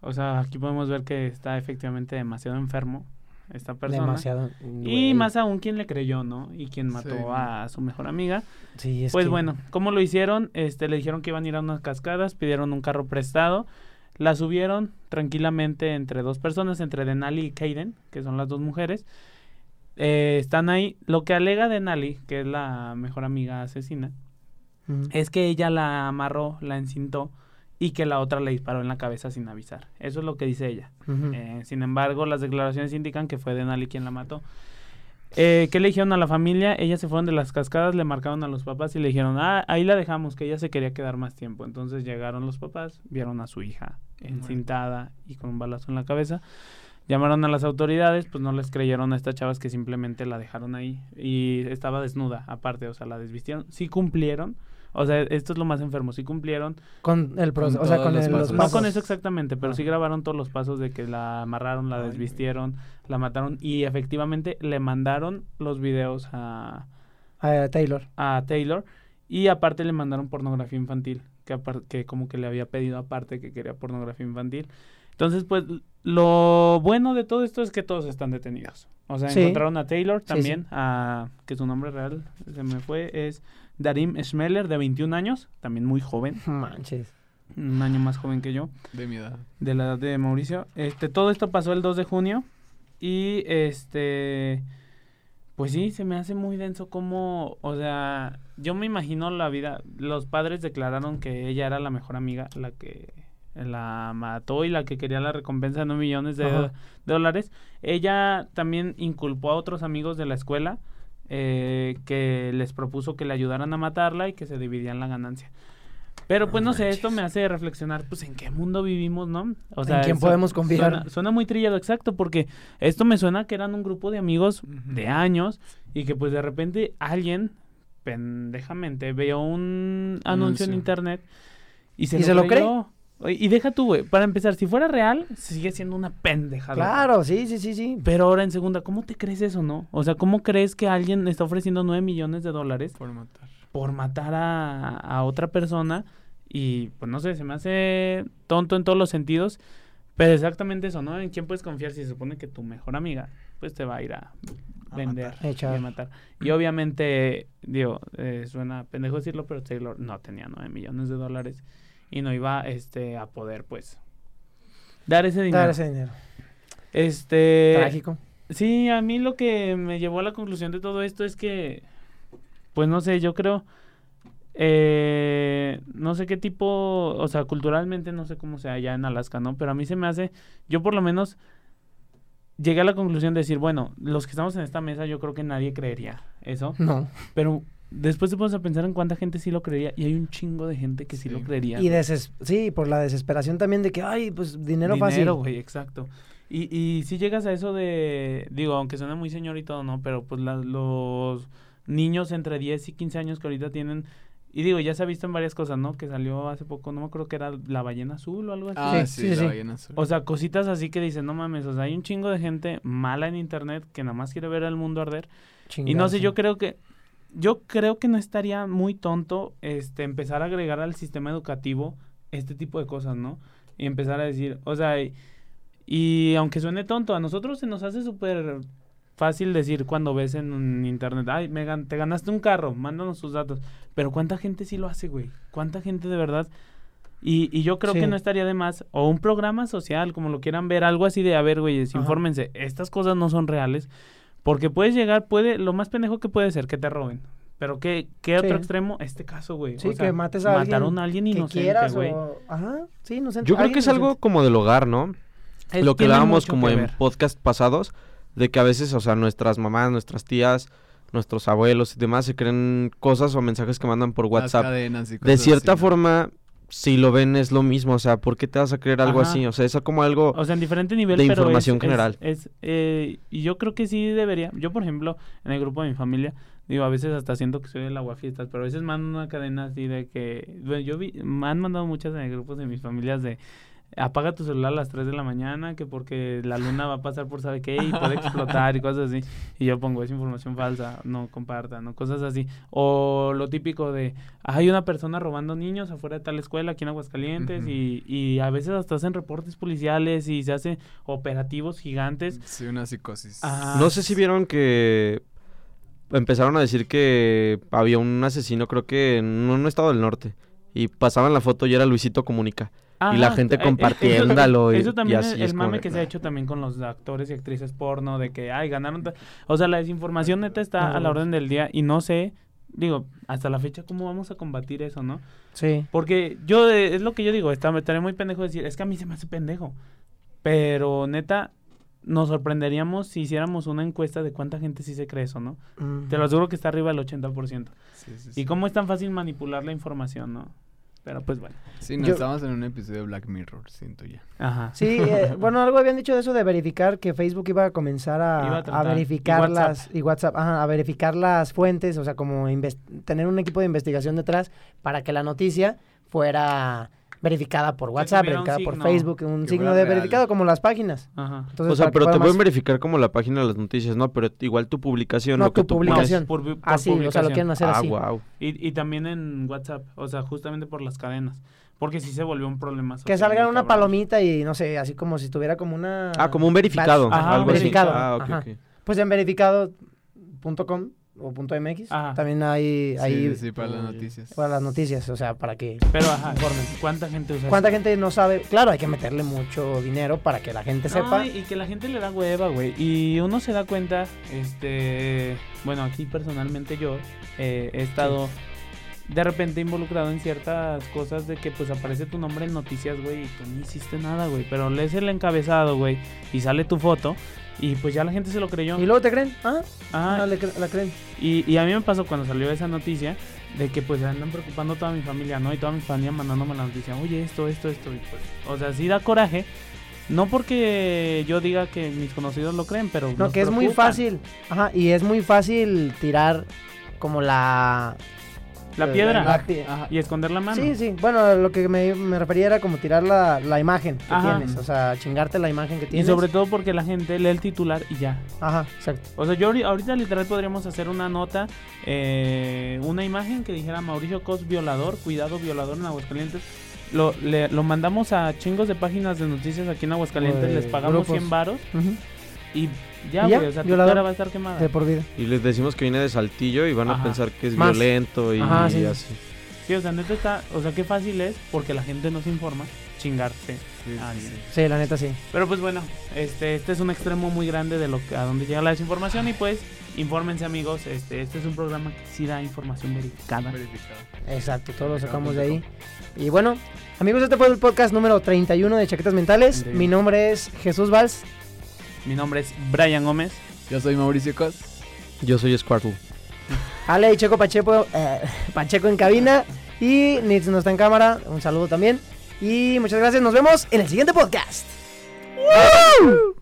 O sea, aquí podemos ver que está efectivamente demasiado enfermo esta persona. Demasiado. Y más aún quien le creyó, ¿no? Y quien mató Sí, ¿no? a su mejor amiga. Sí, es pues que- bueno, ¿cómo lo hicieron? Este, le dijeron que iban a ir a unas cascadas, pidieron un carro prestado, la subieron tranquilamente entre dos personas, entre Denali y Kaden, que son las dos mujeres. Eh, están ahí. Lo que alega Denali, que es la mejor amiga asesina, Ujú. es que ella la amarró, la encintó y que la otra le disparó en la cabeza sin avisar. Eso es lo que dice ella. Ujú. Eh, sin embargo, las declaraciones indican que fue Denali quien la mató. Eh, ¿Qué le dijeron a la familia? Ellas se fueron de las cascadas, le marcaron a los papás y le dijeron, ah, ahí la dejamos, que ella se quería quedar más tiempo. Entonces llegaron los papás, vieron a su hija encintada y con un balazo en la cabeza. Llamaron a las autoridades, pues no les creyeron a estas chavas que simplemente la dejaron ahí. Y estaba desnuda, aparte, o sea, la desvistieron. Sí cumplieron, o sea, esto es lo más enfermo, sí cumplieron Con el proceso, Con o sea, todos con los el- los pasos. Pues no pasos. con eso exactamente, pero Ah. sí grabaron todos los pasos de que la amarraron, la Ay, güey. desvistieron, la mataron y efectivamente le mandaron los videos a, Ah, Taylor. a Taylor y aparte le mandaron pornografía infantil, que, apar- que como que le había pedido aparte que quería pornografía infantil. Entonces, pues lo bueno de todo esto es que todos están detenidos. O sea, Sí. encontraron a Taylor sí. también, a, que su nombre real se me fue, es Darim Schmeller, de 21 años, también muy joven, Manches. un año más joven que yo De mi edad. de la edad de Mauricio. Este, todo esto pasó el 2 de junio y este pues sí, se me hace muy denso como, o sea, yo me imagino la vida, los padres declararon que ella era la mejor amiga, la que la mató y la que quería la recompensa de 9 millones de Ajá. dólares. Ella también inculpó a otros amigos de la escuela eh, que les propuso que le ayudaran a matarla y que se dividían la ganancia. Pero pues no sé, esto me hace reflexionar pues en qué mundo vivimos, ¿no? O ¿En quién podemos confiar? Suena, suena muy trillado, exacto, porque esto me suena que eran un grupo de amigos Ujú. de años y que pues de repente alguien pendejamente veo un anuncio en Anuncio. internet y se, ¿Y se lo cree? creyó. Oye, Y deja tú, güey, para empezar, si fuera real, sigue siendo una pendejada. Claro, sí, sí, sí, sí. Pero ahora en segunda, ¿cómo te crees eso, no? O sea, ¿cómo crees que alguien está ofreciendo 9 millones de dólares Por matar. por matar a, a otra persona? Y pues no sé, se me hace tonto en todos los sentidos. Pero exactamente eso, ¿no? ¿En quién puedes confiar si se supone que tu mejor amiga pues te va a ir a A vender matar. Eh, y a chaval. matar? Y obviamente, digo, eh, suena pendejo decirlo, pero Taylor no tenía 9 millones de dólares y no iba este, a poder pues dar ese dinero. Dar ese dinero. Eh, Este... Trágico. Sí, a mí lo que me llevó a la conclusión de todo esto es que, pues no sé, yo creo, eh, no sé qué tipo, o sea, culturalmente no sé cómo sea allá en Alaska, ¿no? Pero a mí se me hace, yo por lo menos llegué a la conclusión de decir, bueno, los que estamos en esta mesa yo creo que nadie creería eso, No. pero después te pones a pensar en cuánta gente sí lo creería y hay un chingo de gente que sí, lo Sí. creería. Y güey. deses sí, por la desesperación también de que, ay, pues dinero, fácil. Dinero, güey, exacto. Y, y si llegas a eso de, digo, aunque suena muy señor y todo, ¿no? Pero pues la- los niños entre 10 y 15 años que ahorita tienen, y digo, ya se ha visto en varias cosas, ¿no? Que salió hace poco, no me acuerdo que era la ballena azul o algo así. Ah, sí, sí, sí, la sí. ballena azul. O sea, cositas así que dicen, no mames, o sea, hay un chingo de gente mala en internet que nada más quiere ver al mundo arder. Y no sé, yo creo que yo creo que no estaría muy tonto este empezar a agregar al sistema educativo este tipo de cosas, ¿no? Y empezar a decir, o sea, y, y aunque suene tonto, a nosotros se nos hace súper fácil decir cuando ves en internet, ay, me gan- te ganaste un carro, mándanos sus datos. Pero ¿cuánta gente sí lo hace, güey? ¿Cuánta gente de verdad? Y, y yo creo Sí. que no estaría de más, o un programa social, como lo quieran ver, algo así de, a ver, güeyes, Ajá. infórmense, estas cosas no son reales, porque puedes llegar, puede, lo más pendejo que puede ser, que te roben. Pero ¿qué, qué Sí. otro extremo? Este caso, güey. Sí, o sea, que mates a alguien. Mataron a alguien que inocente, quieras, güey. o- Ajá, sí, inocente. Yo creo alguien que es algo inocente. como del hogar, ¿no? Es- lo que tiene hablábamos mucho como que en ver. podcast pasados, de que a veces, o sea, nuestras mamás, nuestras tías, nuestros abuelos y demás se creen cosas o mensajes que mandan por Las WhatsApp. cadenas y De cosas cierta así, ¿no? forma, si lo ven es lo mismo, o sea, ¿por qué te vas a creer algo Ajá. así? O sea, es como algo... O sea, en diferente nivel. de pero es- información es- general. Es, eh, y yo creo que sí debería. Yo, por ejemplo, en el grupo de mi familia, digo, a veces hasta siento que soy el aguafiestas, pero a veces mando una cadena así de que. Bueno, yo vi, me han mandado muchas en el grupo de mis familias de. Apaga tu celular a las 3 de la mañana, que porque la luna va a pasar por sabe qué y puede explotar y cosas así. Y yo pongo, es información falsa, no compartan, no cosas así. O lo típico de, hay una persona robando niños afuera de tal escuela aquí en Aguascalientes Ujú. y, y a veces hasta hacen reportes policiales y se hacen operativos gigantes. Sí, una psicosis. Ah, No sé si vieron que empezaron a decir que había un asesino, creo que en un estado del norte. Y pasaban la foto y era Luisito Comunica. Y la gente eh, eh, compartiéndolo y- Eso, eso también y es así es el como mame de, que se nah. ha hecho también con los actores y actrices porno, de que, ay, ganaron. ta- O sea, la desinformación neta está a la orden del día y no sé, digo, hasta la fecha, cómo vamos a combatir eso, ¿no? Sí. Porque yo, eh, es lo que yo digo, está, me estaré muy pendejo decir, es que a mí se me hace pendejo. Pero neta, nos sorprenderíamos si hiciéramos una encuesta de cuánta gente sí se cree eso, ¿no? Mm. Te lo aseguro que está arriba del 80%. Sí, sí, Y sí. cómo es tan fácil manipular la información, ¿no? Pero pues bueno. Sí, no, Yo- estábamos en un episodio de Black Mirror, siento ya. Ajá. Sí, eh, bueno, algo habían dicho de eso de verificar que Facebook iba a comenzar a, Iba a a tratar. verificar Y WhatsApp. las y WhatsApp, ajá, a verificar las fuentes, o sea, como inves- tener un equipo de investigación detrás para que la noticia fuera verificada por WhatsApp, tuviera un verificada por signo. Facebook, un Que signo fuera de real. verificado como las páginas. Ajá. Entonces, o sea, para que pero fuera te más- pueden verificar como la página de las noticias, ¿no? Pero igual tu publicación. No, lo que tu tú pones. publicación. Pues, Por vi- por Así, o sea, lo publicación. quieren hacer Ah, así. wow. Y, y también en WhatsApp, o sea, justamente por las cadenas. Porque sí se volvió un problema. Que social salga muy una cabrón. palomita y no sé, así como si tuviera como una Ah, como un verificado. badge. Ajá, algo un así. verificado. Ah, ok, Ajá. ok. Pues en verificado.com o punto .mx Ajá. también hay ahí Sí, sí, sí, para las noticias. para las noticias, o sea, para que Pero ajá, ¿cuánta gente usa ¿Cuánta eso? gente no sabe? Claro, hay que meterle mucho dinero para que la gente No, sepa. y y que la gente le da hueva, güey. Y uno se da cuenta, este, bueno, aquí personalmente yo eh, he estado de repente involucrado en ciertas cosas de que pues aparece tu nombre en noticias, güey, y tú no hiciste nada, güey. Pero lees el encabezado, güey, y sale tu foto. Y pues ya la gente se lo creyó. Y luego te creen, ah, Ah, no le cre- la creen. Y, y a mí me pasó cuando salió esa noticia de que pues andan preocupando toda mi familia, ¿no? Y toda mi familia mandándome la noticia, oye, esto, esto, esto. Y pues, o sea, sí da coraje. No porque yo diga que mis conocidos lo creen, pero... No, nos que es muy preocupan. fácil. Ajá, y es muy fácil tirar como la... La piedra la pi- Ajá. y esconder la mano. Sí, sí. Bueno, lo que me, me refería era como tirar la, la imagen que Ajá. tienes. O sea, chingarte la imagen que Y tienes. sobre todo porque la gente lee el titular y ya. Ajá, exacto. O sea, yo ahori- ahorita literal podríamos hacer una nota, eh, una imagen que dijera Mauricio Cos violador, cuidado violador en Aguascalientes. Lo, le- lo mandamos a chingos de páginas de noticias aquí en Aguascalientes, Güey, les pagamos grupos. 100 varos Ujú, y ya, ¿Y ya? güey, o sea, tu Violador. cara va a estar quemada. De por vida. Y les decimos que viene de Saltillo y van Ajá. a pensar que es Más. violento y, Ajá, sí. así. Sí, o sea, neta está, o sea, qué fácil es porque la gente no se informa chingarse. Sí, sí, Ah, sí. Sí, la neta sí. Pero pues bueno, este este es un extremo muy grande de lo que, a donde llega la desinformación y pues infórmense amigos, este este es un programa que sí da información verificada. Verificado. Exacto, todo lo sacamos de ahí. Y bueno, amigos, este fue el podcast número 31 de Chaquetas Mentales. Increíble. Mi nombre es Jesús Valls. Mi nombre es Brian Gómez. Yo soy Mauricio Cos. Yo soy Squirtle. Ale y Checo Pacheco, eh, Pacheco en cabina. Y Nitz no está en cámara. Un saludo también. Y muchas gracias. Nos vemos en el siguiente podcast. ¡Woo!